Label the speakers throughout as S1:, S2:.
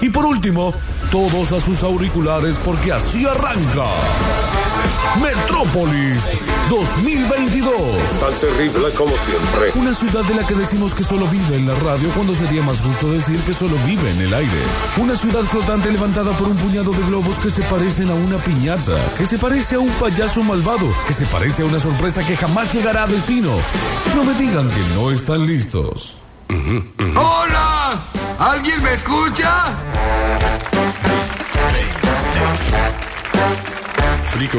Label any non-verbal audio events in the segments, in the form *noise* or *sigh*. S1: Y por último, todos a sus auriculares porque así arranca. Metrópolis 2022.
S2: Tan terrible como siempre.
S1: Una ciudad de la que decimos que solo vive en la radio cuando sería más justo decir que solo vive en el aire. Una ciudad flotante levantada por un puñado de globos que se parecen a una piñata, que se parece a un payaso malvado, que se parece a una sorpresa que jamás llegará a destino. No me digan que no están listos.
S3: ¡Hola! ¿Alguien me escucha?
S4: Frico.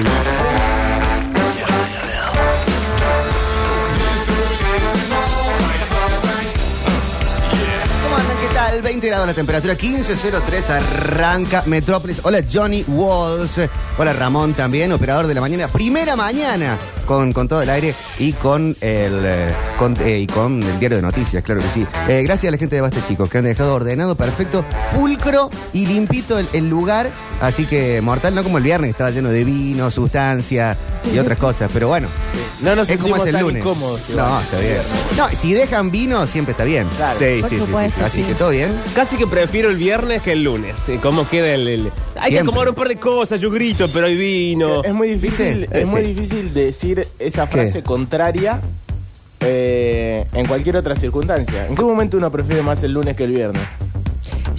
S5: ¿Cómo andan? ¿Qué tal? 20 grados la temperatura, 15.03 arranca Metrópolis. Hola Johnny Walls, hola Ramón también, operador de la mañana. Primera mañana con, con todo el aire y con el eh, con, eh, y con el diario de noticias, claro que sí. Eh, gracias a la gente de Basta Chicos que han dejado ordenado, perfecto, pulcro y limpito el, el lugar. Así que mortal, no como el viernes, estaba lleno de vino, sustancia y otras cosas. Pero bueno,
S6: No nos
S5: es como
S6: sentimos
S5: es el
S6: tan
S5: lunes.
S6: incómodos igual.
S5: no, está bien. No, si dejan vino, siempre está bien.
S6: Claro.
S4: Sí,
S7: Por
S4: sí, sí, sí.
S7: supuesto.
S5: Así que todo bien.
S6: Casi que prefiero el viernes que el lunes. eh, ¿Cómo queda el.? el-
S5: Siempre.
S6: Hay que acomodar un par de cosas, yo grito, pero hay vino.
S4: Es muy difícil,
S5: ¿Viste?
S4: es muy
S6: Sí.
S4: difícil decir esa
S6: ¿Qué?
S4: frase contraria eh, en cualquier otra circunstancia. ¿En qué momento uno prefiere más el lunes que el viernes?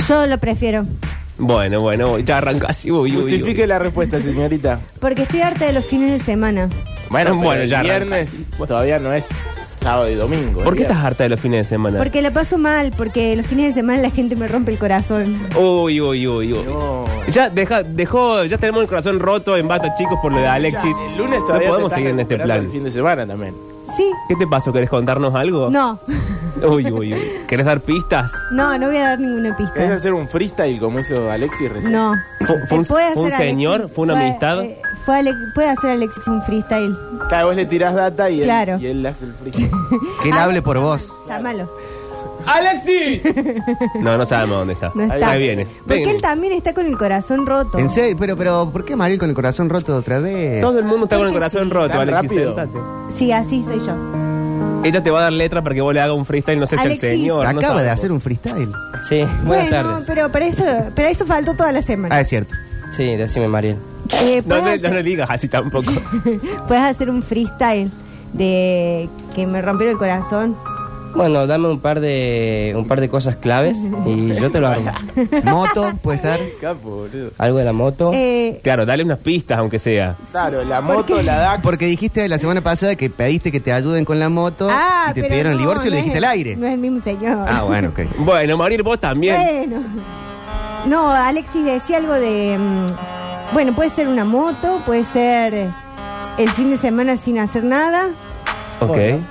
S7: Yo lo prefiero.
S6: Bueno, bueno, ya arrancó así. Uy, uy, uy.
S4: Justifique la respuesta, señorita.
S7: Porque estoy harta de los fines de semana.
S6: *laughs*
S4: Bueno,
S6: Bueno,
S4: pero el
S6: ya arranca.
S4: viernes todavía no es sábado y domingo.
S6: ¿Por qué
S4: el
S6: estás harta de los fines de semana?
S7: Porque la paso mal, porque los fines de semana la gente me rompe el corazón.
S6: Uy, uy, uy, uy.
S4: viernes.
S6: Ya deja, dejó, ya tenemos el corazón roto en bata, chicos, por lo de Alexis.
S4: No, el lunes
S6: no
S4: todavía
S6: podemos
S4: te estás
S6: seguir en este
S4: recuperando
S6: plan.
S4: El fin de semana también.
S7: Sí,
S6: ¿Qué te pasó? ¿Querés contarnos algo?
S7: no. *laughs*
S6: Uy, uy, uy. ¿Querés dar pistas?
S7: No, no voy a dar ninguna
S6: Ah.
S4: ¿Querés
S7: pista.
S4: hacer un freestyle como hizo Alexis recién?
S7: No. Eh,
S6: ¿Fue, fue un,
S7: ¿Puede
S6: fue un
S7: hacer Alexis?
S6: señor? ¿Fue una
S7: Puede-
S6: amistad?
S7: eh, fue Ale- puede hacer Alexis un freestyle.
S4: Claro, vos le tirás data y él,
S7: Claro.
S4: y él hace el
S6: *laughs*
S4: freestyle.
S5: Que él
S7: Ah,
S5: hable por vos.
S7: Llámalo.
S6: ¡Alexis! No, no sabemos dónde está.
S7: No
S6: Ahí
S7: está.
S6: viene.
S7: Porque
S6: Ven.
S7: él también está con el corazón roto.
S5: En serio, pero, pero ¿por qué Mariel con el corazón roto otra vez?
S6: Todo el mundo está con el
S7: Creo que
S6: corazón
S7: sí.
S6: roto,
S4: Tan
S6: Alexis.
S4: rápido.
S6: sentate.
S7: Sí, así soy yo.
S6: Ella te va a dar letra para que vos le hagas un freestyle, no sé si el
S7: Alexis,
S6: señor. no
S5: Acaba de
S6: sabemos.
S5: hacer un freestyle.
S8: Sí, buenas
S7: bueno,
S8: tardes.
S7: pero para eso, para eso faltó toda la semana.
S5: Ah, es cierto.
S8: Sí, decime, Mariel.
S7: Eh,
S6: No, no,
S7: ¿puedes,
S6: no
S7: hacer,
S6: le digas así tampoco. *laughs*
S7: puedes hacer un freestyle de que me rompieron el corazón.
S8: Bueno, dame un par de un par de cosas claves y yo te
S7: *laughs*
S8: lo hago.
S5: Moto puede estar.
S4: Capo, boludo.
S8: Algo de la moto.
S7: Eh,
S6: Claro, dale unas pistas, aunque sea.
S4: Claro, la moto, la DAX.
S5: Porque dijiste la semana pasada que pediste que te ayuden con la moto
S7: ah,
S5: y te
S7: pero
S5: pidieron el
S7: no,
S5: divorcio y
S7: no
S5: lo
S7: es
S5: dijiste
S7: el-
S5: al aire.
S7: No es el mismo señor.
S5: Ah, bueno, ok.
S6: Bueno, Marir, vos también.
S7: Bueno. No, Alexis decía algo de. mm, bueno, puede ser una moto, puede ser eh, el fin de semana sin hacer nada.
S8: Bueno.
S6: Ok.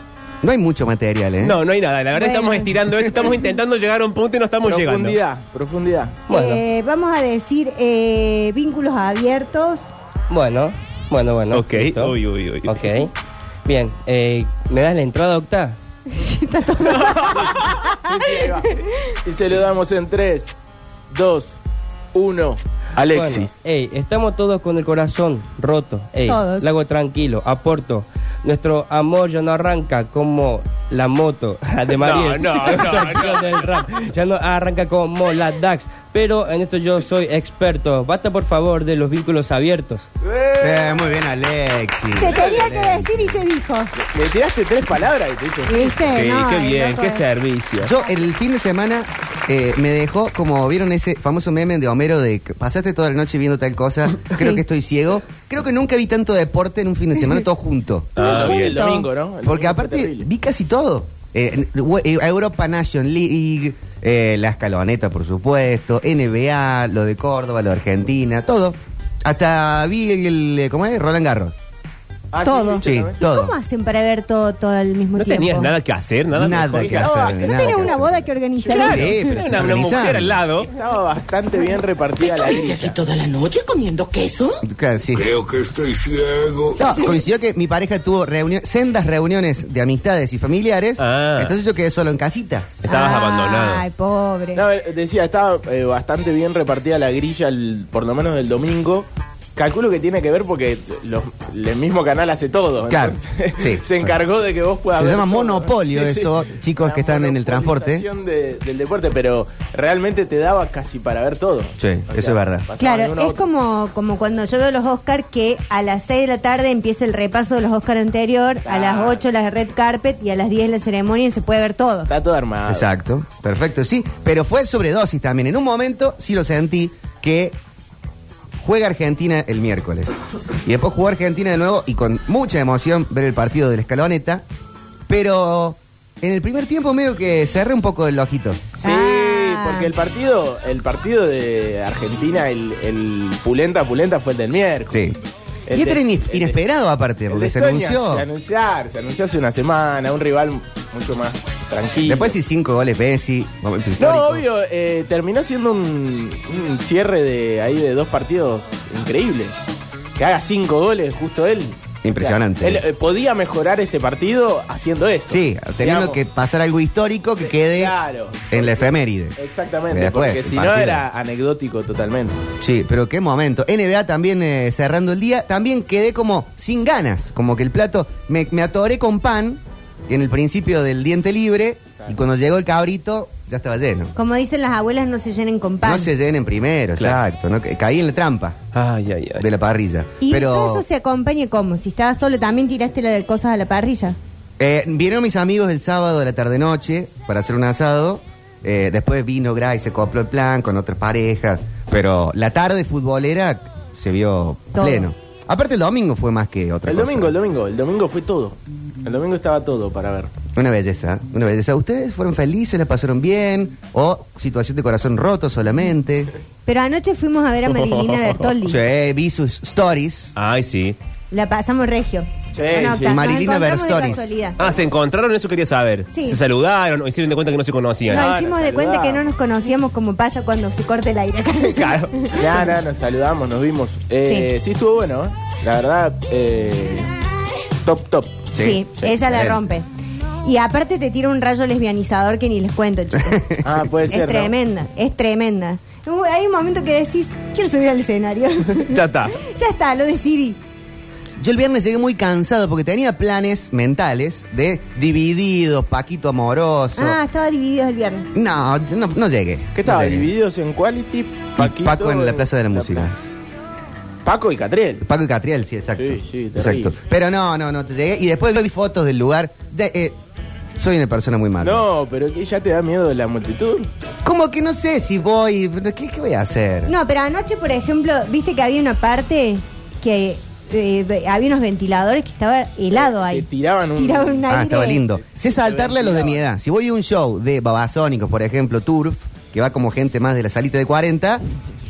S5: No hay mucho material, ¿eh?
S6: No, no hay nada. La verdad
S7: Bueno.
S6: estamos estirando esto, estamos intentando llegar a un punto y no estamos llegando.
S4: profundidad, profundidad.
S8: Bueno,
S7: Eh, vamos a decir eh, vínculos abiertos.
S8: bueno, bueno, bueno.
S6: Ok,
S8: listo.
S6: uy, uy, uy.
S8: Ok. Bien, eh, ¿me das la entrada, Octa?
S4: Ahí va. Y se lo damos en 3, 2, 1. Alexis.
S8: Bueno, ey, estamos todos con el corazón roto. Ey,
S7: Todos.
S8: Lago tranquilo, aporto. Nuestro amor ya no arranca como la moto *laughs* de María.
S6: No, no, no, no.
S8: del rap. Ya no arranca como la DAX. Pero en esto yo soy experto. Basta por favor de los vínculos abiertos.
S5: Eh, muy bien, Alexis.
S7: Se tenía que
S5: Excelente.
S7: decir y se dijo.
S4: Le tiraste tres palabras y te hizo.
S7: ¿Viste?
S6: Sí,
S7: Eh, No,
S6: qué
S7: el
S6: bien,
S7: loco
S6: qué
S7: es-
S6: servicio.
S5: Yo el fin de semana eh, me dejó, como vieron ese famoso meme de Homero de que pasaste toda la noche viendo tal
S7: *laughs*
S5: cosa, creo que estoy ciego. Creo que nunca vi tanto deporte en un fin de
S7: *laughs*
S5: semana todo junto.
S4: Ah, bien. El domingo, ¿no? El
S5: Porque
S4: domingo fue
S5: aparte
S4: terrible.
S5: vi casi todo. Eh, we- eh, Europa Nation League, eh, la escaloneta, por supuesto, NBA, lo de Córdoba, lo de Argentina, todo. Hasta vi el, el- ¿cómo es? Roland Garros.
S4: Ah, sí,
S7: Todo.
S4: viste,
S5: Sí,
S4: ¿no?
S5: todo.
S7: ¿Cómo hacen para ver todo, todo al mismo
S6: No
S7: tiempo?
S6: tenías nada que hacer, nada. mejor.
S5: nada que
S4: No,
S5: hacer.
S7: ¿No
S5: nada
S7: tenías
S5: que
S7: una
S5: hacer.
S7: boda que organizar?
S6: Claro,
S5: Sí, pero se
S6: una, una mujer
S5: organizaban.
S6: al lado.
S4: Estaba bastante bien repartida la
S9: ¿Estuviste
S4: lista.
S9: aquí toda la noche comiendo queso?
S5: Claro, sí.
S2: Creo que estoy ciego.
S5: No, coincidió que mi pareja tuvo reunión, sendas reuniones de amistades y familiares.
S6: Ah.
S5: Entonces yo quedé solo en casita.
S6: Estabas abandonado.
S7: Ay, pobre.
S4: No, eh, decía, estaba eh, bastante bien repartida la grilla, el- por lo menos del domingo. Calculo que tiene que ver porque los- el mismo canal hace todo.
S5: Claro,
S4: entonces,
S5: sí.
S4: *laughs* se encargó de que vos puedas.
S5: Se
S4: ver
S5: llama
S4: todo.
S5: monopolio eso, chicos
S4: La
S5: que están en el transporte.
S4: monopolización de- del deporte, pero realmente te daba casi para ver todo.
S5: Sí, eso es verdad.
S4: pasaba de
S7: Claro,
S4: uno a
S7: es
S4: otro.
S7: como, como cuando yo veo los Oscar que a las 6 de la tarde empieza el repaso de los Oscar anterior, a las
S4: Claro.
S7: 8 la red carpet y a las 10 la ceremonia y se puede ver todo.
S4: Está todo armado.
S5: Exacto, perfecto, sí. Pero fue sobredosis también. En un momento sí lo sentí que juega Argentina el miércoles. Y después jugó Argentina de nuevo y con mucha emoción ver el partido de la escaloneta. Pero en el primer tiempo medio que cerré un poco el ojito.
S4: Sí,
S7: Ah.
S4: porque el partido, el partido de Argentina, el, el pulenta pulenta fue el del miércoles.
S5: Sí.
S4: El
S5: y este era
S4: de-
S5: ine-
S4: el de-
S5: inesperado aparte,
S4: el
S5: porque
S4: de
S5: se
S4: Estonia,
S5: anunció.
S4: Se anunció, se anunció hace una semana, un rival mucho más tranquilo.
S5: Después sí cinco goles Messi, momento histórico.
S4: No, obvio, eh, terminó siendo un, un cierre de ahí de dos partidos increíble. Que haga cinco goles justo él.
S5: Impresionante.
S4: O sea, él eh, podía mejorar este partido haciendo eso.
S5: Sí, teniendo
S4: Digamos,
S5: que pasar algo histórico que quede
S4: claro.
S5: en la efeméride.
S4: Exactamente,
S5: Después,
S4: porque
S5: el
S4: si no
S5: partido.
S4: era anecdótico totalmente.
S5: Sí, pero qué momento. NBA también eh, cerrando el día, también quedé como sin ganas, como que el plato me, me atoré con pan en el principio del diente libre y cuando llegó el cabrito ya estaba lleno.
S7: Como dicen las abuelas, no se llenen con pan.
S5: No se llenen primero,
S8: Claro.
S5: exacto. ¿no? Que- Caí en la trampa
S8: Ay, ay, ay.
S5: de la parrilla.
S7: y
S5: pero
S7: todo eso se acompaña como, si estabas solo también tiraste la de cosas a la parrilla.
S5: eh, vinieron mis amigos el sábado de la tarde noche para hacer un asado. Eh, después vino Gray, se copló el plan con otras parejas. Pero la tarde futbolera se vio
S7: Todo.
S5: pleno. Aparte el domingo fue más que otra
S4: El
S5: cosa.
S4: domingo, el domingo, el domingo fue todo. El domingo estaba todo para ver.
S5: Una belleza, una belleza. ¿Ustedes fueron felices, la pasaron bien? ¿O situación de corazón roto solamente?
S7: Pero anoche fuimos a ver
S4: *laughs*
S7: a Marilina Bertoldi.
S5: Sí, vi sus stories.
S6: Ay, sí.
S7: La pasamos regio.
S4: Sí, sí.
S7: nos
S5: Marilina
S7: encontramos de
S5: Bertolis.
S7: casualidad.
S6: Ah, se encontraron, eso quería saber.
S7: Sí.
S6: Se saludaron o hicieron de cuenta que no se conocían.
S7: Nos
S4: nos
S7: hicimos de cuenta que no
S4: saludamos.
S7: nos conocíamos como pasa cuando se corta el
S4: *laughs*
S7: aire. *laughs*
S4: Claro. Ya, ya, nos saludamos, nos vimos. Eh, sí. estuvo bueno, ¿eh? La verdad, eh, top, top.
S7: Sí,
S5: Sí,
S7: ella la
S5: excelente.
S7: rompe. Y aparte te tira un rayo lesbianizador que ni les cuento, chicos.
S4: *laughs* Ah, puede
S7: *laughs* es
S4: ser. ¿no?
S7: tremenda, es tremenda. Uh, Hay un momento que decís, quiero subir al
S4: *laughs*
S7: escenario.
S6: Ya está.
S7: ya está, lo decidí.
S5: Yo el viernes llegué muy cansado porque tenía planes mentales de divididos, Paquito Amoroso.
S7: Ah, estaba dividido el viernes.
S5: No, no, no llegué.
S4: ¿Qué estaba?
S5: No llegué.
S4: Divididos en Quality, Paquito,
S5: Paco en la Plaza de la Música.
S4: plaza. Paco y Catriel.
S5: Paco y Catriel, sí, exacto.
S4: Sí, sí, terrible.
S5: exacto. Pero no, no, no te llegué. Y después vi fotos del lugar. De- eh, soy una persona muy mala.
S4: No, pero que ya te da miedo de la multitud.
S5: Como que no sé si voy. ¿Qué, qué voy a hacer?
S7: No, pero anoche, por ejemplo, viste que había una parte que eh, había unos ventiladores que estaba helado ahí.
S4: Que tiraban un-
S7: Tiraban un aire.
S5: Ah, estaba lindo. Sé saltarle a los de mi edad. Si voy a un show de Babasónicos, por ejemplo, Turf, que va como gente más de la salita de 40,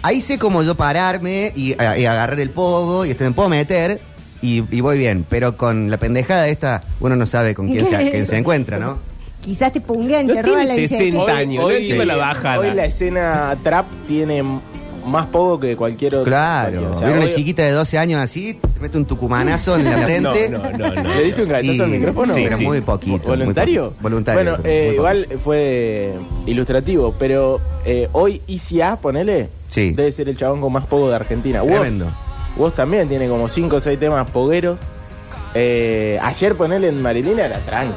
S5: ahí sé cómo yo pararme y, a- y agarrar el pogo y este me puedo meter y, y voy bien. Pero con la pendejada esta, uno no sabe con quién se, quién se encuentra, ¿no?
S7: Quizás te punguean,
S6: No
S7: te roban
S6: tiene
S7: la
S6: 60
S7: billetera.
S6: años, no encima la bajada.
S4: hoy la escena trap tiene m- más poco que cualquier otro.
S5: Claro.
S4: O sea,
S5: ¿Vieron una
S4: hoy-
S5: chiquita de 12 años así? Te mete un tucumanazo en la frente.
S6: No, no, no, no.
S4: ¿Le diste un cabezazo al
S5: Y-
S4: micrófono?
S6: Sí,
S5: pero
S6: sí.
S5: muy poquito. muy
S4: ¿Voluntario?
S5: poquito. Voluntario.
S4: Bueno,
S5: pero
S4: eh,
S5: muy
S4: igual fue ilustrativo, pero eh, hoy ICA, ponele,
S5: Sí.
S4: debe ser el chabón con más pogo de Argentina. Vos,
S5: Tremendo.
S4: Vos también tiene como 5 o 6 temas pogueros. Eh, ayer ponele en Marilina era tranqui.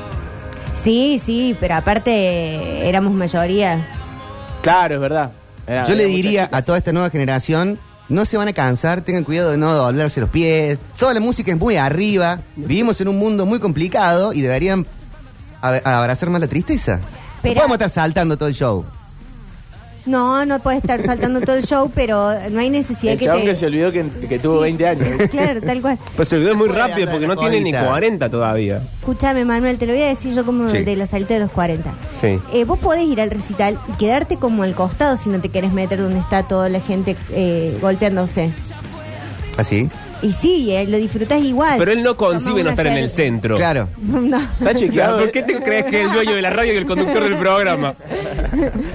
S7: Sí, sí, pero aparte eh, éramos mayoría.
S4: Claro, es verdad. Era-
S5: Yo le
S4: era mucha
S5: diría
S4: chica.
S5: a toda esta nueva generación, no se van a cansar, tengan cuidado de no doblarse los pies. Toda la música es muy arriba, vivimos en un mundo muy complicado y deberían a- a abrazar más la tristeza.
S7: Pero-
S5: no podemos estar saltando todo el show.
S7: No, no puede estar saltando todo el show, pero no hay necesidad
S4: El
S7: que
S4: chabón
S7: te...
S4: que se olvidó que, que tuvo 20
S7: *laughs*
S4: años.
S7: Claro, tal cual.
S6: Pues se olvidó muy
S5: Puede
S6: rápido
S5: andar
S6: porque no
S5: la
S6: tiene ni
S5: jodita.
S6: 40 todavía.
S7: Escúchame, Manuel, te lo voy a decir yo como
S5: Sí.
S7: de la salita de los 40.
S6: Sí.
S7: Eh, vos podés ir al recital y quedarte como al costado si no te querés meter donde está toda la gente eh, golpeándose.
S5: ¿Así?
S7: Y sí, eh, lo disfrutás igual.
S6: Pero él no concibe
S7: Tomás
S6: no
S7: una
S6: estar en el
S7: cerveza.
S6: centro.
S5: Claro.
S7: *laughs* No.
S4: Está
S6: O sea,
S4: chequeado. eh,
S6: ¿Por qué te crees que es el dueño de la radio y el conductor del programa?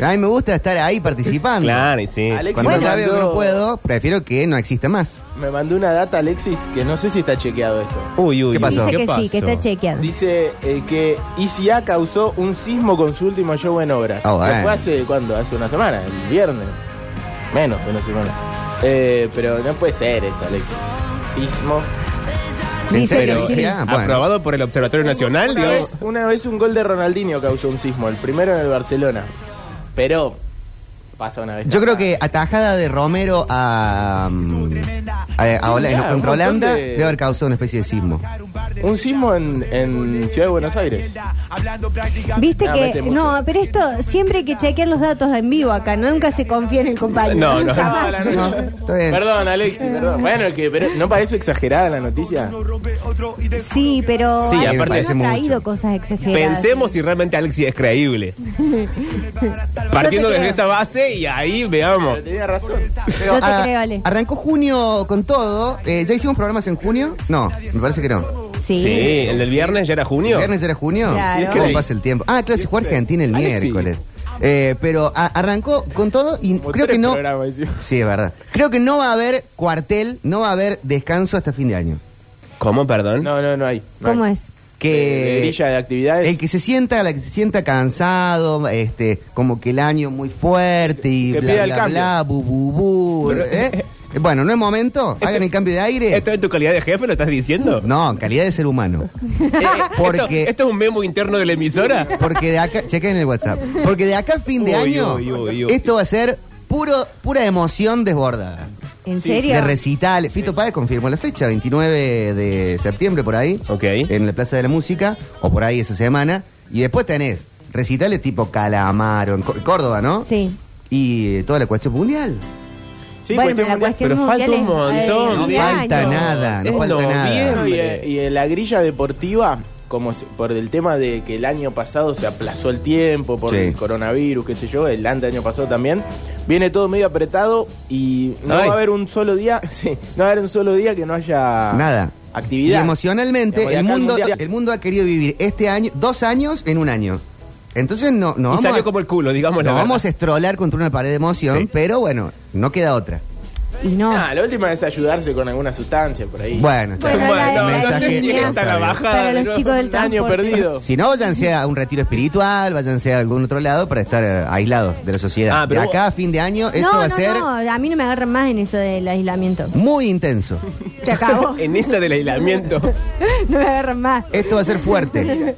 S5: A mí me gusta estar ahí participando.
S6: Claro, y sí.
S4: Alex,
S5: Cuando
S4: Bueno.
S5: ya veo que no puedo, prefiero que no exista más.
S4: Me mandó una data Alexis que no sé si está chequeado esto.
S6: Uy, uy,
S5: ¿Qué
S6: uy,
S5: pasó?
S7: Dice que
S6: pasó?
S7: sí, que está chequeado.
S4: Dice eh, que ICA causó un sismo con su último show en obras.
S5: Ah, bueno.
S4: Que fue hace cuándo? Hace una semana, el viernes. Menos de una semana. Eh, pero no puede ser esto, Alexis. Sismo.
S5: ¿En
S7: Dice
S5: serio?
S7: que sí.
S5: Sí, ah, bueno.
S6: Aprobado por el Observatorio Nacional,
S4: Una
S6: digamos.
S4: vez, una vez un gol de Ronaldinho causó un sismo, el primero en el Barcelona. Pero pasa una vez.
S5: Yo creo que atajada de Romero a. mm, a, a Hola-
S4: Sí,
S5: contra
S4: claro, un montón
S5: Holanda
S4: de-
S5: debe haber causado una especie de sismo.
S4: Un sismo en, en Ciudad de Buenos Aires.
S7: Viste
S4: Ah,
S7: que.
S4: mete mucho.
S7: No, pero esto siempre hay que chequear los datos en vivo acá. ¿no? Nunca se confía en el compañero.
S6: No, no.
S7: Jamás.
S5: No, está bien.
S4: Perdón, Alexis,
S5: *laughs*
S4: perdón. Bueno, que pero, no parece exagerada la noticia.
S7: Sí, pero.
S6: Sí,
S7: Alexis
S6: aparte-
S7: no
S5: parece
S7: ha
S5: mucho.
S7: traído cosas exageradas.
S6: Pensemos si realmente Alexis es
S7: *laughs*
S6: creíble. Partiendo
S7: Yo
S6: desde
S7: te creo.
S6: esa base y ahí veamos.
S4: Pero tenía razón.
S5: Pero
S7: Yo te
S5: a-
S7: creo, Ale.
S5: Ah, Arrancó junio con todo. Eh, ¿Ya hicimos programas en junio? No, me parece que no.
S7: Sí.
S6: Sí, el del viernes ya era junio.
S5: ¿Viernes era junio?
S7: Claro. Sí, es que
S5: ¿Cómo
S6: sí.
S5: pasa el tiempo? Ah, claro, se juega
S4: Sí, sí.
S5: Argentina el
S4: Ahí sí.
S5: miércoles. Eh, pero a- arrancó con todo y
S4: Como
S5: creo
S4: tres
S5: que no.
S4: programas hicimos.
S5: Sí, es verdad. Creo que no va a haber cuartel, no va a haber descanso hasta fin de año.
S6: ¿Cómo, perdón?
S4: No, no, no hay. no
S7: ¿Cómo
S4: hay.
S7: es?
S5: Que
S4: De grilla de actividades.
S5: el Eh, que se sienta, la que se sienta cansado, este, como que el año muy fuerte y
S4: Que
S5: bla
S4: pida
S5: bla
S4: el
S5: bla,
S4: cambio.
S5: bu bu bu, ¿eh? Bueno, no es momento, hagan el cambio de aire.
S6: ¿Esto en tu calidad de jefe lo estás diciendo?
S5: No, en calidad de ser humano.
S6: Eh,
S5: Porque-
S6: *laughs* esto, esto es un memo interno de la emisora?
S5: Porque de acá, chequen el WhatsApp. Porque de acá a fin de
S6: Uy,
S5: año,
S6: uy, uy, uy.
S5: esto va a ser puro, pura emoción desbordada.
S7: ¿En
S5: De
S7: serio?
S5: recital. Fito Páez confirmó la fecha, 29 de septiembre por ahí.
S6: Ok.
S5: En la Plaza de la Música, o por ahí esa semana. Y después tenés recitales tipo Calamaro, en Có- Córdoba, ¿no?
S7: Sí.
S5: Y eh, toda la cuestión mundial.
S4: Sí,
S7: bueno,
S4: cuestión
S7: pero la
S4: mundial.
S7: cuestión
S6: pero falta un
S7: mundial es-
S6: montón.
S7: ay,
S5: No
S7: de
S5: falta
S7: año.
S5: nada, no
S6: Es
S5: falta nada.
S6: noviembre.
S4: Y, eh, y en la grilla deportiva, como se- por el tema de que el año pasado se aplazó el tiempo, por
S5: Sí.
S4: el coronavirus, qué sé yo, el ante año pasado también, viene todo medio apretado y no
S6: Ay.
S4: va a haber un solo día, *laughs* sí, no va a haber un solo día que no haya
S5: Nada.
S4: actividad.
S5: Y emocionalmente,
S4: Digamos, de
S5: el
S4: acá al
S5: mundo,
S4: mundial.
S5: el mundo ha querido vivir este año, dos años en un año. Entonces no, no
S6: y
S5: vamos
S6: salió
S5: a-
S6: como el culo, digamos. la
S5: Nos
S6: verdad.
S5: vamos a estrolar contra una pared de emoción,
S6: Sí.
S5: pero bueno, no queda otra.
S7: Y no.
S4: Nah, Ah, la última es ayudarse con alguna sustancia por ahí.
S5: Bueno, chao.
S7: Bueno, la-
S6: Bueno,
S7: la-
S6: no
S7: mensaje
S6: sé si
S7: está
S6: está la
S5: bien.
S6: bajada.
S7: Para los
S6: ¿no?
S7: chicos del
S4: Un año
S7: transporte.
S4: perdido.
S5: Si no, váyanse a un retiro espiritual, váyanse a algún otro lado para estar eh, aislados de la sociedad.
S6: Ah, pero
S5: de
S6: vos-
S5: acá a fin de año esto
S7: no,
S5: va a
S7: no,
S5: ser
S7: no, a mí no me agarran más en eso del aislamiento.
S5: muy intenso.
S6: *laughs*
S7: Se acabó.
S6: En esa del aislamiento.
S7: no me agarran más.
S5: Esto va a ser fuerte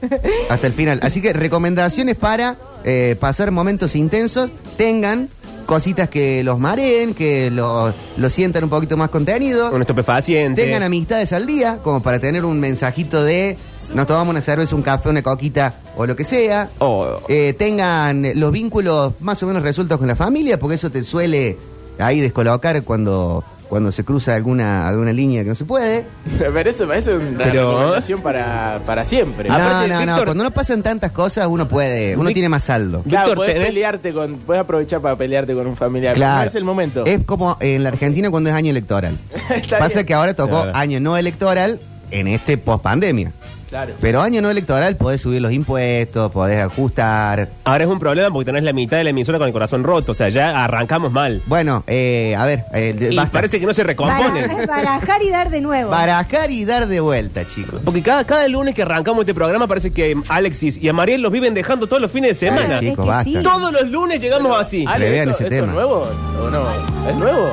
S5: hasta el final. Así que recomendaciones para eh, pasar momentos intensos. Tengan cositas que los mareen, que los los sientan un poquito más contenidos.
S6: Un estupefaciente.
S5: Tengan amistades al día, como para tener un mensajito de nos tomamos una cerveza, un café, una coquita o lo que sea.
S6: Oh.
S5: Eh, tengan los vínculos más o menos resueltos con la familia, porque eso te suele ahí descolocar cuando, cuando se cruza alguna, alguna línea que no se puede.
S4: *laughs* Pero eso, eso es una
S6: Pero-
S4: recomendación para, para siempre.
S5: Ah, no,
S6: Aparte,
S5: no, no,
S6: Víctor-
S5: cuando no pasan tantas cosas uno puede, uno
S6: Vic-
S5: tiene más saldo.
S4: Claro,
S6: Víctor,
S4: podés
S6: tenés-
S4: pelearte con, podés aprovechar para pelearte con un familiar.
S5: Claro.
S4: No es el momento.
S5: Es como en la Argentina cuando es año
S6: *laughs*
S5: electoral.
S4: *laughs* Está
S5: Pasa
S4: bien.
S5: que ahora tocó
S6: Claro.
S5: año no electoral en este post pandemia.
S4: Claro.
S5: Pero año no electoral podés subir los impuestos, podés ajustar.
S6: Ahora es un problema porque tenés la mitad de la emisora con el corazón roto. O sea, ya arrancamos mal.
S5: Bueno, eh, a ver, eh, de-
S6: Y
S5: basta.
S6: parece que no se
S7: Para,
S6: recompone.
S7: barajar y dar de nuevo.
S5: Barajar y dar de vuelta, chicos.
S6: Porque cada, cada lunes que arrancamos este programa parece que Alexis y a Mariel los viven dejando todos los fines de
S7: Claro,
S6: semana.
S7: es que
S5: Chicos, basta.
S7: sí.
S6: Todos los lunes llegamos así.
S4: Ale,
S5: Revean
S4: ¿esto-
S5: ese
S4: esto
S5: tema.
S4: ¿Es nuevo o no? ¿Es nuevo?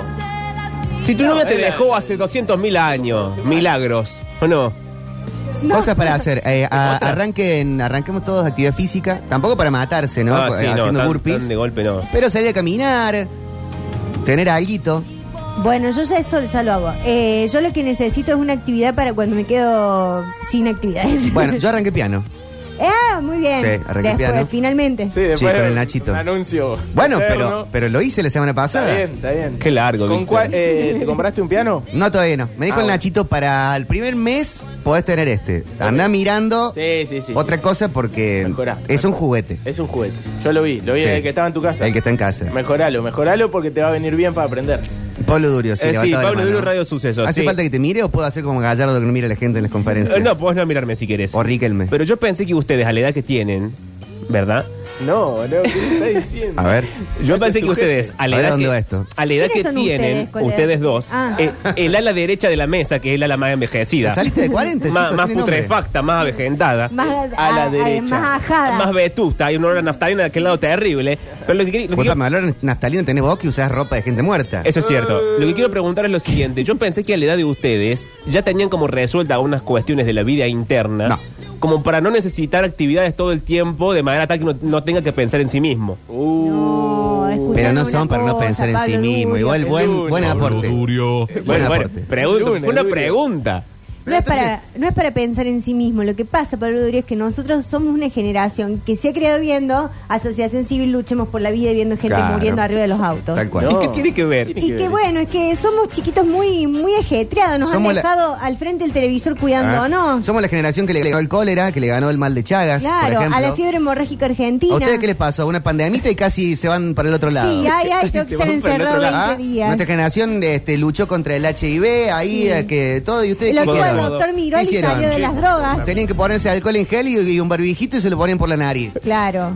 S6: Si tu novia te
S4: es la-
S6: dejó hace 200.000 años, milagros, ¿o no?
S5: Cosas para hacer. Eh, a- arranquen, arranquemos todos actividad física. Tampoco para matarse, ¿no?
S6: Ah,
S5: Eh,
S6: sí, no,
S5: Haciendo
S6: tan-
S5: burpees.
S6: tan de golpe no.
S5: Pero salir a caminar, tener alguito.
S7: Bueno, yo ya eso ya lo hago. Eh, yo lo que necesito es una actividad para cuando me quedo sin actividades.
S5: Bueno, yo arranqué piano.
S7: Ah, muy bien.
S5: Sí, arranqué
S7: Después,
S5: piano.
S7: finalmente.
S4: Sí, después
S5: Sí, con el
S4: de un-
S5: Nachito.
S4: un anuncio.
S5: Bueno,
S4: externo.
S5: pero, pero lo hice la semana
S4: Está
S5: pasada.
S4: bien, está bien.
S6: Qué largo,
S4: ¿Con
S6: Víctor.
S4: cuál- eh, ¿Te compraste un piano?
S5: No, todavía no. Me dijo
S4: Ah,
S5: el
S4: bueno.
S5: Nachito, para el primer mes podés tener este. Andá mirando
S4: Sí, sí, sí.
S5: otra
S4: sí.
S5: cosa porque
S4: Mejorá,
S5: es un
S4: mejorá.
S5: juguete.
S4: Es un juguete. Yo lo vi, lo vi
S5: Sí.
S4: el que estaba en tu casa.
S5: El que está en casa.
S4: Mejoralo, mejoralo porque te va a venir bien para aprender.
S5: Pablo Durio, sí.
S6: Eh, sí,
S5: levantaba la
S6: Pablo
S5: mano.
S6: Durio, Radio Sucesos,
S5: ¿Hace
S6: sí.
S5: falta que te mire o puedo hacer como Gallardo que no mira a la gente en las
S6: Eh,
S5: conferencias?
S6: No, podés no mirarme si querés.
S5: O Riquelme.
S6: Pero yo pensé que ustedes, a la edad que tienen, ¿verdad?
S4: No, no, ¿qué
S5: *laughs*
S4: me está diciendo?
S5: A ver.
S6: Yo
S4: Este
S6: pensé
S4: es
S6: que
S4: tu jefe.
S6: ustedes, a
S5: A
S6: la
S5: ver,
S6: edad
S5: ¿dónde
S6: que,
S5: va esto?
S6: a la edad
S7: ¿Quiénes
S6: que
S7: son
S6: tienen,
S7: ustedes? ¿Cuál
S6: ustedes,
S7: es?
S6: dos,
S7: Ah.
S6: eh, el ala derecha de la mesa, que es el ala más envejecida,
S5: Saliste de 40,
S6: más,
S5: chicos,
S6: más
S5: tiene nombre.
S6: putrefacta, más avejentada,
S7: Más, eh,
S4: A la derecha.
S7: más ajada.
S6: más vetusta, hay un olor a naftalina de aquel lado terrible. Pero lo que, quería- lo que
S5: Disculpa,
S6: quiero-
S5: me hablaron Nastalino, tenés vos que usás ropa de gente muerta.
S6: eso es cierto. Lo que quiero preguntar es lo siguiente. Yo pensé que a la edad de ustedes ya tenían como resuelta algunas cuestiones de la vida interna.
S5: No.
S6: Como para no necesitar actividades todo el tiempo de manera tal que no, no tenga que pensar en sí mismo.
S7: No, escuchame
S5: Pero no
S7: una
S5: son para no
S7: cosa,
S5: pensar en sí
S7: Pablo
S5: mismo.
S7: Durio.
S5: Igual buen, buen
S1: Pablo
S5: aporte.
S1: Durio.
S5: Buen
S6: Bueno, bueno,
S5: aporte.
S6: pregunto,
S4: Luna,
S6: fue una
S4: Luna.
S6: pregunta.
S7: No es, para, no es para pensar en sí mismo. Lo que pasa, Pablo Durio, es que nosotros somos una generación que se ha creado viendo Asociación Civil Luchemos por la Vida y viendo gente
S5: Claro.
S7: muriendo arriba de los autos.
S5: Tal cual.
S4: No.
S6: ¿Y qué tiene que ver?
S7: Y que bueno, es que somos chiquitos muy muy ajetreados. Nos
S5: Somos
S7: han
S5: la-
S7: dejado al frente del televisor
S5: Ah.
S7: cuidándonos.
S5: Somos la generación que le ganó el cólera, que le ganó el mal de Chagas, por
S7: Claro,
S5: ejemplo.
S7: a la fiebre hemorrágica argentina.
S5: ¿A ustedes qué les pasó? Una pandemita y casi se van para el otro lado.
S7: Sí, ay,
S6: *laughs*
S7: ay, tengo
S6: Se
S7: que
S6: van
S7: estar
S6: para el
S7: encerrado
S6: otro
S7: 20
S5: Ah,
S7: días.
S5: Nuestra generación este, luchó contra el HIV, ahí
S7: Sí.
S5: eh, que todo, y ustedes
S7: Lo
S5: qué
S7: llevó el
S5: hicieron?
S7: doctor Miró
S5: ¿Qué
S7: y
S5: hicieron?
S7: salió de las drogas.
S5: Tenían que ponerse alcohol en gel y, y un barbijito y se lo ponían por la nariz.
S7: Claro.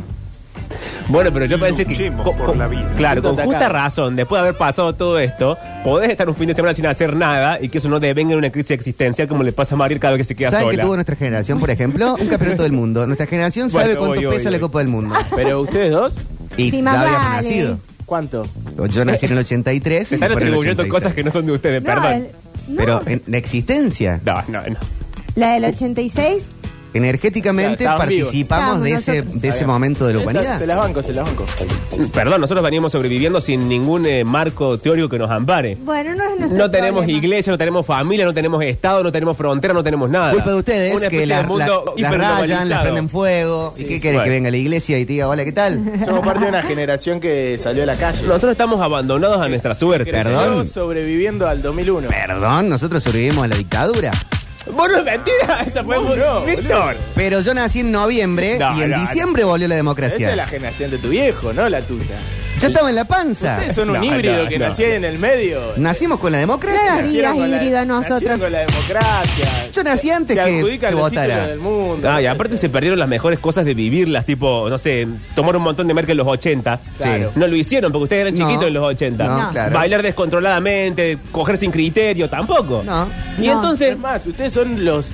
S6: Bueno, pero yo pensé que. con- con- Claro, con
S4: Atacado.
S6: justa razón, después de haber pasado todo esto, podés estar un fin de semana sin hacer nada y que eso no devenga en una crisis existencial como le pasa a Mariel cada vez que se queda
S5: ¿Saben qué
S6: sola.
S5: tuvo nuestra generación, por ejemplo? Un campeonato del mundo. Nuestra generación
S6: Bueno,
S5: sabe cuánto
S6: voy, voy,
S5: pesa la
S6: voy.
S5: Copa del Mundo.
S4: Pero ustedes dos,
S5: Y
S7: Ah, Sí,
S5: ya
S7: más
S5: habíamos
S7: vale.
S5: nacido.
S4: ¿cuánto?
S5: Yo nací en el 83.
S6: Se están
S5: y fueron en el
S6: atribuyendo
S5: 86.
S6: cosas que no son de ustedes,
S7: No,
S6: Eh, perdón.
S7: el- no,
S5: Pero eh, en, en existencia,
S6: No, no, no.
S7: la del 86,
S5: energéticamente
S4: Claro, estaban vivos.
S5: participamos
S7: Estábamos
S5: de ese,
S7: nosotros.
S5: de ese momento de la humanidad.
S4: Se las banco, se las banco.
S6: *coughs* Perdón, nosotros veníamos sobreviviendo sin ningún eh, marco teórico que nos ampare.
S7: bueno, no es nuestro
S6: No tenemos
S7: problema.
S6: iglesia, no tenemos familia, no tenemos Estado, no tenemos frontera, no tenemos nada.
S5: Culpa de ustedes
S6: Una especie
S5: que
S6: de
S5: la- la-
S6: mundo
S5: las rayan, las
S6: hiperglobalizado.
S5: prenden fuego. ¿Y qué querés
S6: Bueno.
S5: que venga a la iglesia y te diga, hola, qué tal?
S4: Somos parte de una generación que salió de la calle.
S6: Nosotros estamos abandonados a nuestra suerte.
S5: Creció.
S4: Creció
S5: perdón.
S4: sobreviviendo al 2001.
S5: Perdón, nosotros sobrevivimos a la dictadura.
S6: Bueno, mentira, *laughs* esa fue
S4: No, no,
S6: Víctor.
S5: Pero yo nací en noviembre
S6: No,
S5: y en
S6: no,
S5: diciembre volvió la
S4: Esa es la
S5: democracia.
S4: generación de tu viejo, no la tuya.
S5: Yo estaba en la panza.
S4: Ustedes son un
S6: No,
S4: híbrido
S6: no,
S4: que
S6: no.
S4: nació en el medio.
S5: Nacimos con la
S7: Claro.
S5: democracia.
S4: Nacieron con la-
S7: híbrido a nosotros.
S4: nacieron con la democracia.
S5: Yo nací antes
S4: Se
S5: que
S4: adjudican
S5: se
S4: los
S5: votara.
S4: títulos del mundo.
S6: Ah, y aparte se perdieron las mejores cosas de vivirlas, tipo, no sé, tomar un montón de merca en los 80.
S5: Claro.
S6: No lo hicieron porque ustedes eran
S5: No.
S6: chiquitos en los 80.
S5: No,
S7: No.
S5: claro.
S6: Bailar descontroladamente, coger sin criterio, tampoco.
S5: No.
S6: Y
S7: No.
S6: entonces,
S4: Es más, ustedes son los,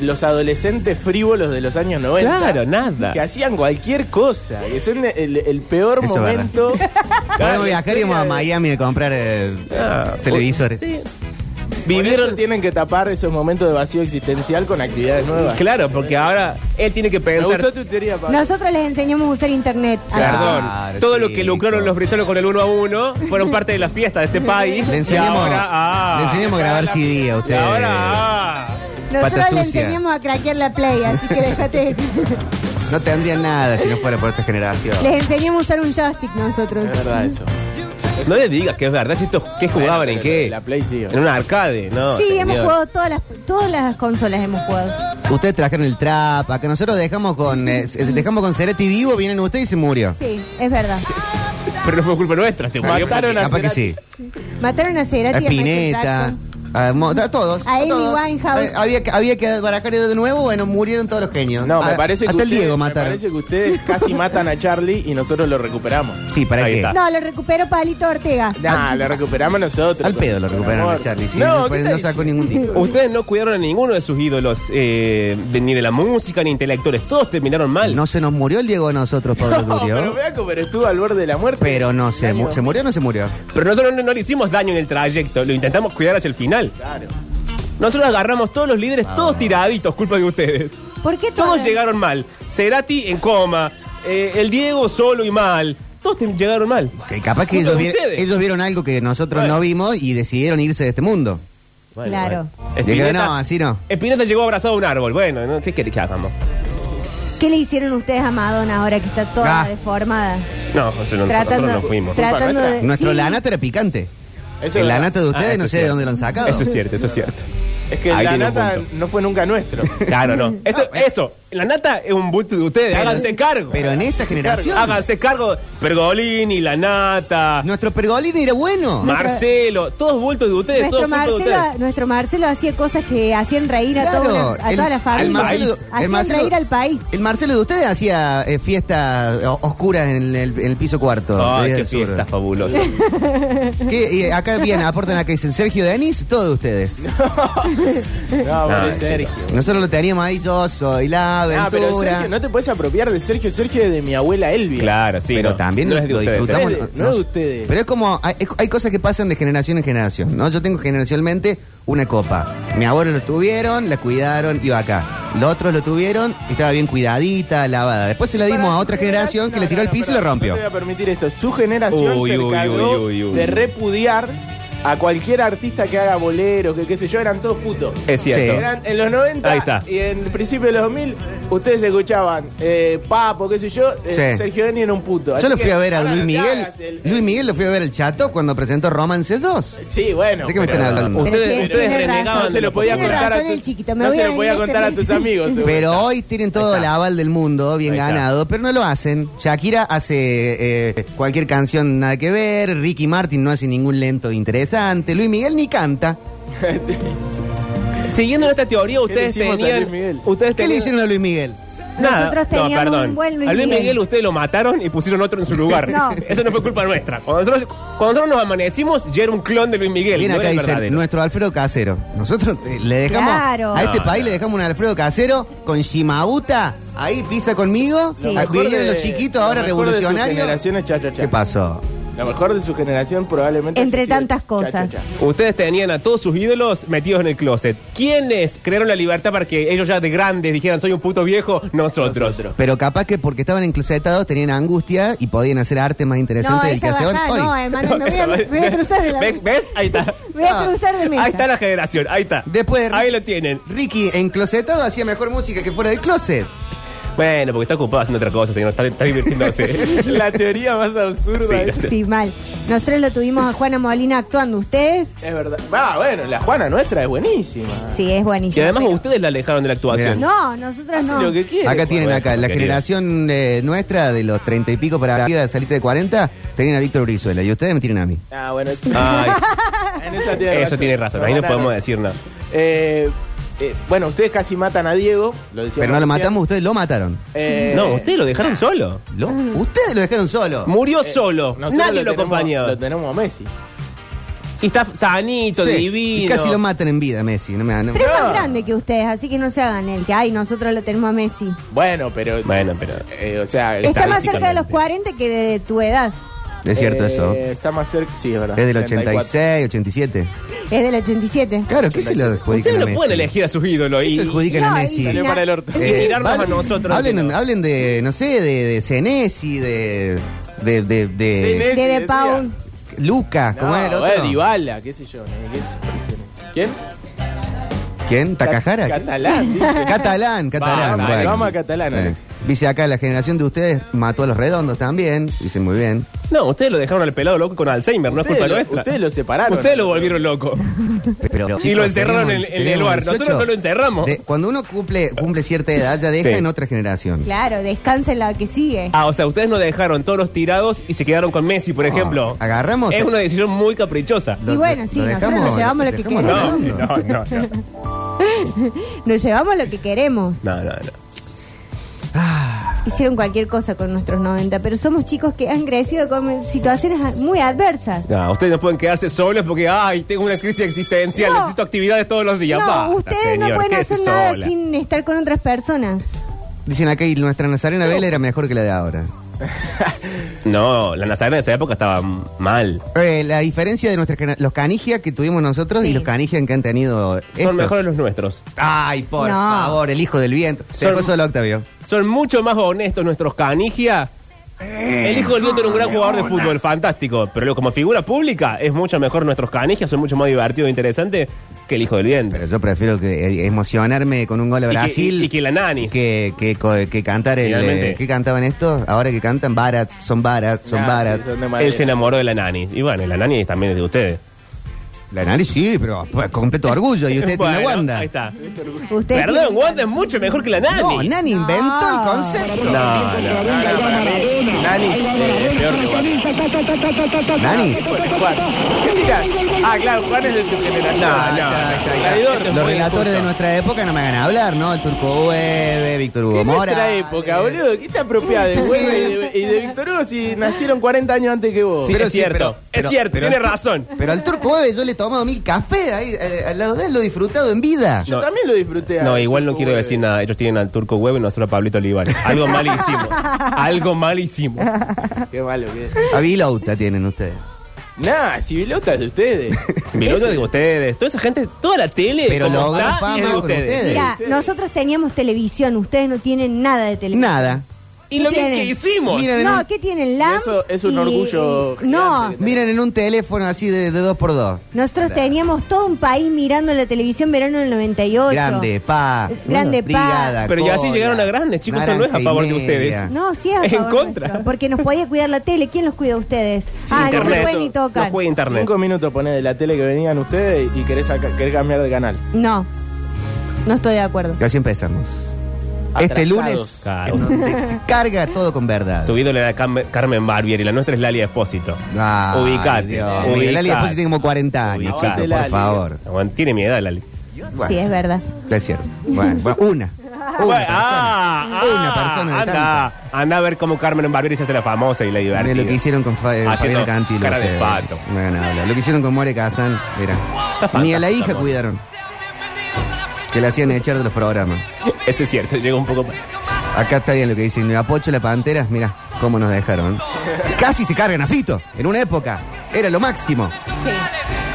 S4: los adolescentes frívolos de los años 90.
S6: claro, nada.
S4: Que hacían cualquier cosa. Que son el, el peor
S5: Eso es
S4: momento.
S5: *laughs* Podemos viajar y vamos a Miami a comprar eh,
S6: Ah,
S5: televisores.
S6: Sí.
S4: Vivieron.
S6: Vivieron.
S4: Tienen que tapar esos momentos de vacío existencial con actividades nuevas.
S6: Claro, porque ahora él tiene que
S4: Me
S6: pensar.
S4: gustó tu teoría, Pablo.
S7: Nosotros les enseñamos a usar internet. a
S5: Claro.
S7: todos.
S6: Perdón.
S5: Claro,
S6: Todo lo que
S5: chico.
S6: lucraron los británicos con el 1 a 1 fueron parte de la fiesta de este país.
S5: Le
S6: Y
S5: enseñamos,
S6: ahora, ah,
S5: le enseñamos este- a grabar CD a
S6: Y
S5: ustedes.
S6: ahora, ah.
S7: Nosotros
S5: Pata
S7: les
S5: sucia.
S7: enseñamos a craquear la play, así que déjate.
S5: No tendrían nada si no fuera por esta generación.
S7: les enseñamos a usar un joystick nosotros.
S4: Es verdad eso.
S6: No le digas que es verdad, si estos que jugaban
S4: Bueno,
S6: en
S4: pero
S6: qué?
S4: La Play sí.
S6: En un arcade, ¿no? Este,
S7: sí,
S6: señor.
S7: hemos jugado todas las, todas las consolas hemos jugado.
S5: Ustedes trajeron el trap, acá nosotros dejamos con eh, dejamos con Cerati vivo, vienen ustedes y se murió.
S7: Sí, es verdad.
S6: Pero no fue culpa nuestra, este se murió
S4: Mataron
S6: porque-
S4: a-
S5: Capaz que sí.
S7: Mataron a
S5: A
S7: Cerati y a Michael
S5: Spinetta,
S7: Jackson.
S5: a, Mo- a todos.
S7: A Amy
S5: todos.
S7: Winehouse.
S5: Eh, había, que- había que barajar de nuevo, bueno, murieron todos los genios.
S4: No, me
S5: A-
S4: parece que
S5: Ah, Hasta el
S4: ustedes-
S5: Diego
S4: me
S5: mataron.
S4: parece que ustedes casi matan a Charlie y nosotros lo recuperamos.
S5: *laughs* Sí, ¿para
S6: Ahí
S5: qué?
S6: está.
S7: No, lo recuperó Palito Ortega.
S4: Nah, lo recuperamos nosotros.
S5: Al pedo lo
S4: Por
S5: recuperaron
S4: amor.
S5: a Charlie, sí,
S4: No,
S5: no,
S4: ¿qué
S5: fue-
S4: está
S5: no sacó ningún título.
S6: Ustedes no cuidaron a ninguno de sus ídolos, eh, de- ni de la música, ni intelectuales. Todos terminaron mal.
S5: No se nos murió el Diego a nosotros,
S6: *laughs*
S5: Pablo
S4: *laughs* No,
S5: Durio.
S4: pero Beaco, pero estuvo al borde de la muerte.
S5: Pero no, se,
S4: Año
S5: mu- se murió o no se murió.
S6: Pero nosotros no, no le hicimos daño en el trayecto, lo intentamos cuidar hacia el final.
S4: Claro.
S6: Nosotros agarramos todos los
S5: Ah.
S6: líderes, todos tiraditos, culpa de ustedes.
S7: ¿Por qué
S6: Todos llegaron mal. Cerati en coma, eh, el Diego solo y mal. Todos te- llegaron mal.
S5: Que capaz que
S6: Junto
S5: ellos,
S6: con
S5: vi-
S6: ustedes.
S5: ellos vieron algo que nosotros
S6: Bueno.
S5: no vimos y decidieron irse de este mundo.
S6: Bueno,
S7: Claro.
S6: bueno.
S5: Dijeron,
S6: Spinetta-
S5: no, así no.
S6: Espineta llegó abrazado a un árbol. Bueno, ¿no? ¿qué querés que hagamos?
S7: ¿Qué le hicieron ustedes a Madonna ahora que está toda
S5: Ah.
S7: deformada?
S6: No, o sea, no- nosotros no fuimos.
S7: tratando de.
S5: Nuestro
S7: Eh, sí.
S5: lanata era picante.
S4: Eso
S5: El
S4: es verdad.
S5: lanata de ustedes
S6: Ah, eso
S5: no
S6: es
S5: sé de
S6: cierto.
S5: dónde lo han sacado.
S6: Eso es cierto, eso es cierto.
S4: Es que
S6: Ahí
S4: la
S6: tiene un
S4: nata
S6: punto.
S5: *laughs*
S4: no fue nunca nuestro.
S6: Claro, no. Eso, eso. la nata es un bulto de ustedes.
S5: Ah, Pero-
S6: háganse cargo.
S5: Pero en esa generación.
S6: háganse cargo. Pergolini, la nata,
S5: *laughs* Nuestro pergolín era bueno.
S6: Marcelo, todos bultos de ustedes.
S7: Nuestro
S6: todos bultos de
S7: Marcelo,
S6: ustedes.
S7: nuestro Marcelo hacía cosas que hacían reír a,
S5: Claro,
S7: toda, una- a
S5: el-
S7: toda la
S5: el
S7: familia.
S5: Marcelo- el
S7: hacían
S5: Marcelo-
S7: reír al país.
S5: El Marcelo de ustedes hacía eh, fiestas o- oscuras en el, en el piso cuarto. de
S6: Ay,
S5: Día
S6: qué
S5: del Sur.
S6: fiesta fabulosa.
S5: Que, eh, acá bien, aportan acá, dicen Sergio Denis, todos ustedes.
S4: No,
S6: Ah,
S4: pobre Sergio.
S5: Nosotros lo teníamos ahí, yo soy la
S4: Ah, pero
S5: aventura.
S4: Sergio, no te puedes apropiar de Sergio. Sergio es de mi abuela Elvia.
S6: Claro, sí.
S5: pero
S6: no.
S5: también
S6: No
S5: lo,
S6: es de ustedes,
S5: disfrutamos.
S4: ¿eh? No es de- no es de ustedes.
S5: Pero es como, hay, es- hay cosas que pasan de generación en generación, ¿no? Yo tengo generacionalmente una copa. Mi abuelo lo tuvieron, la cuidaron, iba acá. Los otros lo tuvieron, estaba bien cuidadita, lavada. Después se la dimos a otra generación que le tiró al piso y la
S4: la
S5: rompió.
S4: No te voy a permitir esto. Su generación
S6: Uy,
S4: se
S6: uy,
S4: encargó
S6: uy, uy, uy.
S4: de repudiar a cualquier artista que haga bolero, que qué sé yo, eran todos putos.
S6: ¿eh? Es
S5: Sí.
S6: cierto.
S4: Eran en los 90
S6: Ahí está.
S4: y en el principio de los 2000, ustedes escuchaban eh, Papo, qué sé yo, eh,
S5: Sí.
S4: Sergio Deni era un puto. Así
S5: Yo lo
S4: que
S5: fui a ver a
S4: ahora
S5: Luis
S4: no te
S5: Miguel.
S4: hagas el-
S5: Luis Miguel lo fui a ver al chato cuando presentó Romance 2.
S4: Sí, bueno.
S5: ¿De qué me
S4: pero
S5: están hablando?
S7: Pero
S6: Ustedes,
S7: tiene-
S6: ustedes
S7: tiene
S6: renegaban.
S7: razón.
S4: No se lo podía
S7: Tiene
S4: contar a
S7: razón el
S4: tus,
S7: chiquito, me
S4: no
S7: voy
S4: se
S7: a
S4: lo podía
S7: venir
S4: contar a
S7: este
S4: tus
S7: mes. *laughs*
S4: amigos. seguro.
S5: Pero hoy tienen todo el aval del mundo, bien
S6: Ahí está.
S5: ganado, pero no lo hacen. Shakira hace eh, cualquier canción nada que ver, Ricky Martin no hace ningún lento interesante, Luis Miguel ni canta.
S4: Sí.
S6: Siguiendo esta teoría, ustedes
S4: le hicimos a Luis
S6: tenían.
S4: Miguel?
S6: ustedes
S5: ¿Qué le
S6: tenían-
S5: hicieron a Luis Miguel?
S6: Nada.
S7: Nosotros
S6: No,
S7: teníamos
S6: perdón.
S7: un buen Luis
S6: a Luis
S7: Miguel.
S6: Miguel. ustedes lo mataron y pusieron otro en su lugar.
S7: No.
S6: Eso no fue culpa nuestra. Cuando nosotros, cuando nosotros nos amanecimos, ya era un clon de Luis Miguel.
S5: Bien
S6: no
S5: acá
S6: era el
S5: dicen,
S6: verdadero.
S5: nuestro Alfredo Casero. Nosotros eh, le dejamos
S7: Claro.
S5: a este
S6: No,
S5: país le dejamos un Alfredo Casero con Shimauta, ahí pisa conmigo, a
S7: Sí. Lo
S4: mejor
S5: vinieron
S4: de-
S5: los chiquitos,
S4: lo
S5: ahora
S4: mejor de su
S5: revolucionarios.
S4: generación es cha, cha, cha.
S5: ¿Qué pasó?
S4: Lo mejor de su generación probablemente.
S7: Entre
S4: haya sido
S7: tantas
S4: cha, cha,
S7: cosas.
S4: cha. *laughs*
S6: Ustedes tenían a todos sus ídolos metidos en el closet. ¿Quiénes crearon la libertad para que ellos ya de grandes dijeran soy un puto viejo? Nosotros.
S5: Pero capaz que porque estaban enclosetados tenían angustia y podían hacer arte más
S7: No,
S5: interesante del que
S7: esa
S5: hace hoy.
S7: bajada Ah, no, hermano, me voy a,
S6: Esa-
S7: me voy a cruzar de la
S6: ¿Ves?
S7: mesa.
S6: ¿Ves? Ahí está.
S7: Me *laughs* voy a cruzar de mesa.
S6: Ahí está la generación, ahí está.
S5: Después de Ricky-
S6: Ahí lo tienen.
S5: Ricky enclosetado hacía mejor música que fuera del closet.
S6: Bueno, porque está ocupado haciendo otra cosa, señor. Está, está
S7: *laughs*
S6: divirtiéndose.
S4: La teoría más absurda
S6: Sí,
S4: es.
S6: gracias.
S7: Sí, mal. Nosotros lo tuvimos a Juana Molina actuando. ¿Ustedes?
S4: Es verdad. Va, bueno, la Juana nuestra es buenísima.
S7: Sí, es buenísimo.
S6: Que además
S7: pero-
S6: ustedes la alejaron de la actuación.
S7: No, nosotros
S4: Hace
S7: no.
S4: lo que quiere.
S5: Acá tienen
S6: bueno,
S5: acá, la
S6: querido.
S5: generación eh, nuestra de los treinta y pico para arriba, saliste de 40, tenían a Víctor Brizuela y ustedes me tienen a mí.
S4: Ah, bueno.
S7: *laughs*
S6: Ay,
S4: en esa tiene
S6: eso tiene razón. Ahí no
S4: nada,
S6: podemos decir nada.
S4: Eh, eh, bueno, ustedes casi matan a Diego. Lo decíamos
S5: Pero no lo
S4: recién.
S5: matamos, ustedes lo mataron.
S4: Eh, eh,
S6: No, ustedes lo dejaron solo.
S5: Lo-
S6: Mm.
S5: ustedes lo dejaron solo.
S6: Murió solo.
S4: nosotros
S6: Nadie lo,
S4: tenemos-
S6: acompañaba.
S4: Lo tenemos a Messi.
S6: Y está sanito,
S5: Sí,
S6: divino.
S5: y casi lo matan en vida, Messi. No me, no-
S7: Pero es más grande que ustedes, así que no se hagan el que, ay, nosotros lo tenemos a Messi.
S4: Bueno, pero.
S6: Bueno, pero-
S4: eh, o sea,
S7: Está más cerca de los
S6: estadísticamente.
S7: 40 que de tu edad.
S5: es cierto
S4: eh,
S5: eso. Es
S4: Está más cerca. Sí, es verdad.
S5: del
S4: 84.
S5: 86, 87.
S7: Es del 87.
S5: Claro, ¿qué se lo adjudican
S6: Ustedes
S5: a
S6: no
S5: Messi?
S6: pueden elegir a sus ídolos.
S5: ¿Qué
S6: Y...
S5: se adjudican a
S7: No, y
S5: Messi?
S7: si
S4: Salió
S7: na-
S4: para el orto.
S6: Eh, Mirarnos a nosotros,
S5: Hablen,
S6: no.
S5: hablen de, no sé, de, de Senesi, de. de. de. de-
S4: Sí, Messi,
S7: De De
S4: decía.
S7: Paul.
S5: Lucas,
S4: No,
S5: ¿cómo era el otro?
S4: bueno, Dybala, qué sé yo. ¿no? ¿Qué es? ¿Quién?
S5: ¿Quién? ¿Takahara?
S4: Catalán. dice.
S5: Catalán, catalán.
S4: Vamos,
S5: bueno.
S4: vamos a Catalán,
S5: Eh,
S4: Alex.
S5: Dice acá, la generación de ustedes mató a los redondos también. Dice muy bien.
S6: No, ustedes lo dejaron al pelado loco con Alzheimer, no es
S4: Ustedes
S6: culpa
S4: lo-
S6: nuestra.
S4: ustedes lo separaron.
S6: Ustedes lo volvieron loco.
S5: Pero,
S6: Y lo encerraron en- en el lugar. Nosotros no lo encerramos.
S5: De- cuando uno cumple, cumple cierta edad, ya deja
S6: Sí.
S5: en otra generación.
S7: Claro, descansa en la que sigue.
S6: Ah, o sea, ustedes no dejaron todos los tirados y se quedaron con Messi, por
S5: No,
S6: ejemplo.
S5: Ah, agarramos-
S6: Es una decisión muy caprichosa.
S7: Y bueno, sí, nosotros nos llevamos lo que
S5: dejamos
S7: No,
S6: No,
S5: redondo.
S6: no, no, no.
S7: Nos llevamos lo que queremos. Ah.
S6: No, no, no.
S7: Hicieron cualquier cosa con nuestros 90, pero somos chicos que han crecido con situaciones muy adversas.
S6: *laughs* No, ustedes no pueden quedarse solos porque, ay, tengo una crisis existencial,
S7: No.
S6: necesito actividades todos los días.
S7: no,
S6: Basta,
S7: ustedes no
S6: señor,
S7: pueden
S6: quédese
S7: hacer nada
S6: sola.
S7: sin estar con otras personas.
S5: Dicen acá, y nuestra Nazarena Vela era mejor que la de ahora.
S6: No, la Nazarena de esa época estaba m- mal.
S5: Eh, la diferencia de nuestra gener- los canigia que tuvimos nosotros
S7: Sí.
S5: y los canigia que han tenido estos.
S6: Son mejores los nuestros.
S5: Ay, por
S7: No.
S5: favor, el hijo del viento. Se
S6: Son-
S5: fue solo Octavio.
S6: Son mucho más honestos nuestros canigia. El hijo del viento era un gran jugador de fútbol, fantástico. Pero como figura pública, es mucho mejor nuestros canigias, son mucho más divertidos e interesantes que el hijo del viento.
S5: Pero yo prefiero que, eh, emocionarme con un gol a
S6: Y que-
S5: Brasil.
S6: y- y que la nanis.
S5: Que, que co- que cantar el.
S6: Finalmente.
S5: eh, ¿Qué cantaban estos? Ahora que cantan Barat, son Barat, son
S4: Ah,
S5: Barat.
S4: sí, son de
S6: Él
S4: madera.
S6: se enamoró de la nani. Y bueno, la nani también es de ustedes.
S5: La nariz sí, pero pues, con completo orgullo. Y
S6: *laughs*
S5: usted
S6: Bueno,
S5: tiene Wanda.
S6: Ahí está.
S7: Ustedes
S6: Perdón,
S7: tienen-
S6: Wanda es mucho mejor que la Nani.
S5: No, Nani inventó el concepto.
S6: No, no.
S4: Nani eh, es peor que Juan.
S5: Nanis.
S4: Juan. ¿Qué tirás? Ah, claro, Juan es de su
S5: Ah,
S4: generación.
S5: está, está, está.
S6: Traidor, muy
S5: Los relatores
S6: injusto.
S5: de nuestra época no me hagan hablar, ¿no? El Turco Hueve, Víctor
S4: ¿Qué
S5: Hugo
S4: es
S5: Mora. Eh,
S4: nuestra época, boludo? ¿Qué te apropias de
S5: Sí.
S4: Güey y de, y de Víctor Hugo si nacieron 40 años antes que vos?
S6: Sí, es cierto, es cierto, tiene razón.
S5: Pero al Turco Hueve yo le he tomado mi café ahí, eh, al lado de él lo he disfrutado en vida.
S4: Yo también lo disfruté. a
S6: No,
S4: Víctor
S6: igual no
S4: Hugo,
S6: quiero
S4: eh.
S6: decir nada. Ellos tienen al turco huevo y nosotros a Pablito Olivares. Algo
S5: *laughs*
S6: mal hicimos. Algo mal hicimos.
S4: Qué malo que es.
S5: A Vilauta tienen ustedes.
S4: Nah, si Vilota es
S6: *laughs*
S4: de ustedes.
S6: Miloto de ustedes. Toda esa gente, toda la tele.
S5: Pero
S6: como
S5: logró
S6: está,
S5: fama
S6: es de
S5: con ustedes.
S7: Mira, nosotros teníamos televisión, ustedes no tienen nada de televisión.
S5: Nada.
S6: Y lo bien
S7: Tienen.
S6: que hicimos.
S5: Miren, en
S7: No,
S5: un-
S7: ¿qué tienen? LAM
S4: Eso es un
S7: y-
S4: orgullo
S7: No,
S4: gigante.
S5: miren en un teléfono así de, de dos por dos.
S7: nosotros teníamos todo un país mirando la televisión verano del 98.
S5: Grande, pa.
S7: Grande, pa.
S6: Pero y
S5: ya
S6: así llegaron a grandes, chicos, eso no es a favor de ustedes.
S7: No, sí,
S6: *laughs*
S7: a
S6: En
S7: favor
S6: contra.
S7: nuestro, porque nos podía cuidar la tele. ¿Quién los cuida a ustedes? ah, no se pueden ni
S6: No
S7: tocar.
S6: juega internet.
S4: Cinco minutos ponés de la tele que venían ustedes y querés, saca- querés cambiar de canal.
S7: No, no estoy de acuerdo.
S5: Y así empezamos. Este
S4: Atrasados.
S5: lunes
S6: Claro.
S5: en donde se carga todo con verdad.
S6: Tu ídola era Cam- Carmen Barbier y la nuestra es Lali Espósito.
S5: Ah,
S6: ubicate. eh,
S5: Dios mío,
S6: ubicate.
S5: Lali después tiene como 40 años,
S6: Ubicate,
S5: chicos, por
S4: Lali.
S5: favor.
S6: Bueno, Tiene mi edad, Lali.
S5: Bueno,
S7: Sí, es verdad.
S5: Es cierto. Bueno, bueno, una. Una persona.
S6: Bueno, ah,
S5: una
S6: ah,
S5: persona de
S6: anda, anda a ver cómo Carmen Barbieri se hace la famosa y la
S5: tanta.
S6: divertida.
S5: Mirá lo que hicieron con Fa- eh,
S6: Haciendo
S5: Fabiana Cantilo.
S6: cara de
S5: ustedes.
S6: pato.
S5: No hagan hablar. Lo que hicieron con More Kazan, mira.
S6: Está
S5: Ni a la
S6: fantástico,
S5: hija
S6: More.
S5: cuidaron. Que la hacían echar de los programas.
S6: Eso es cierto, llega un poco.
S5: Acá está bien lo que dicen. Apocho la Pantera, mira cómo nos dejaron. Casi se cargan a Fito. En una época. Era lo máximo.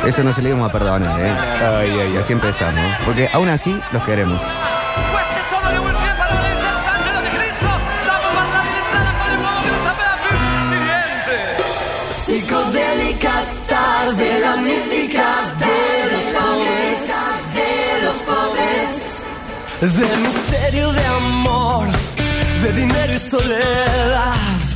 S5: Eso no se le íbamos a perdonar, ¿eh?
S6: Ay, ay,
S5: Y
S6: ay.
S5: así empezamos. Porque aún así los queremos.
S9: Psicodélicas de la mística de los pobres, de los pobres. Del misterio de amor, de dinero y soledad.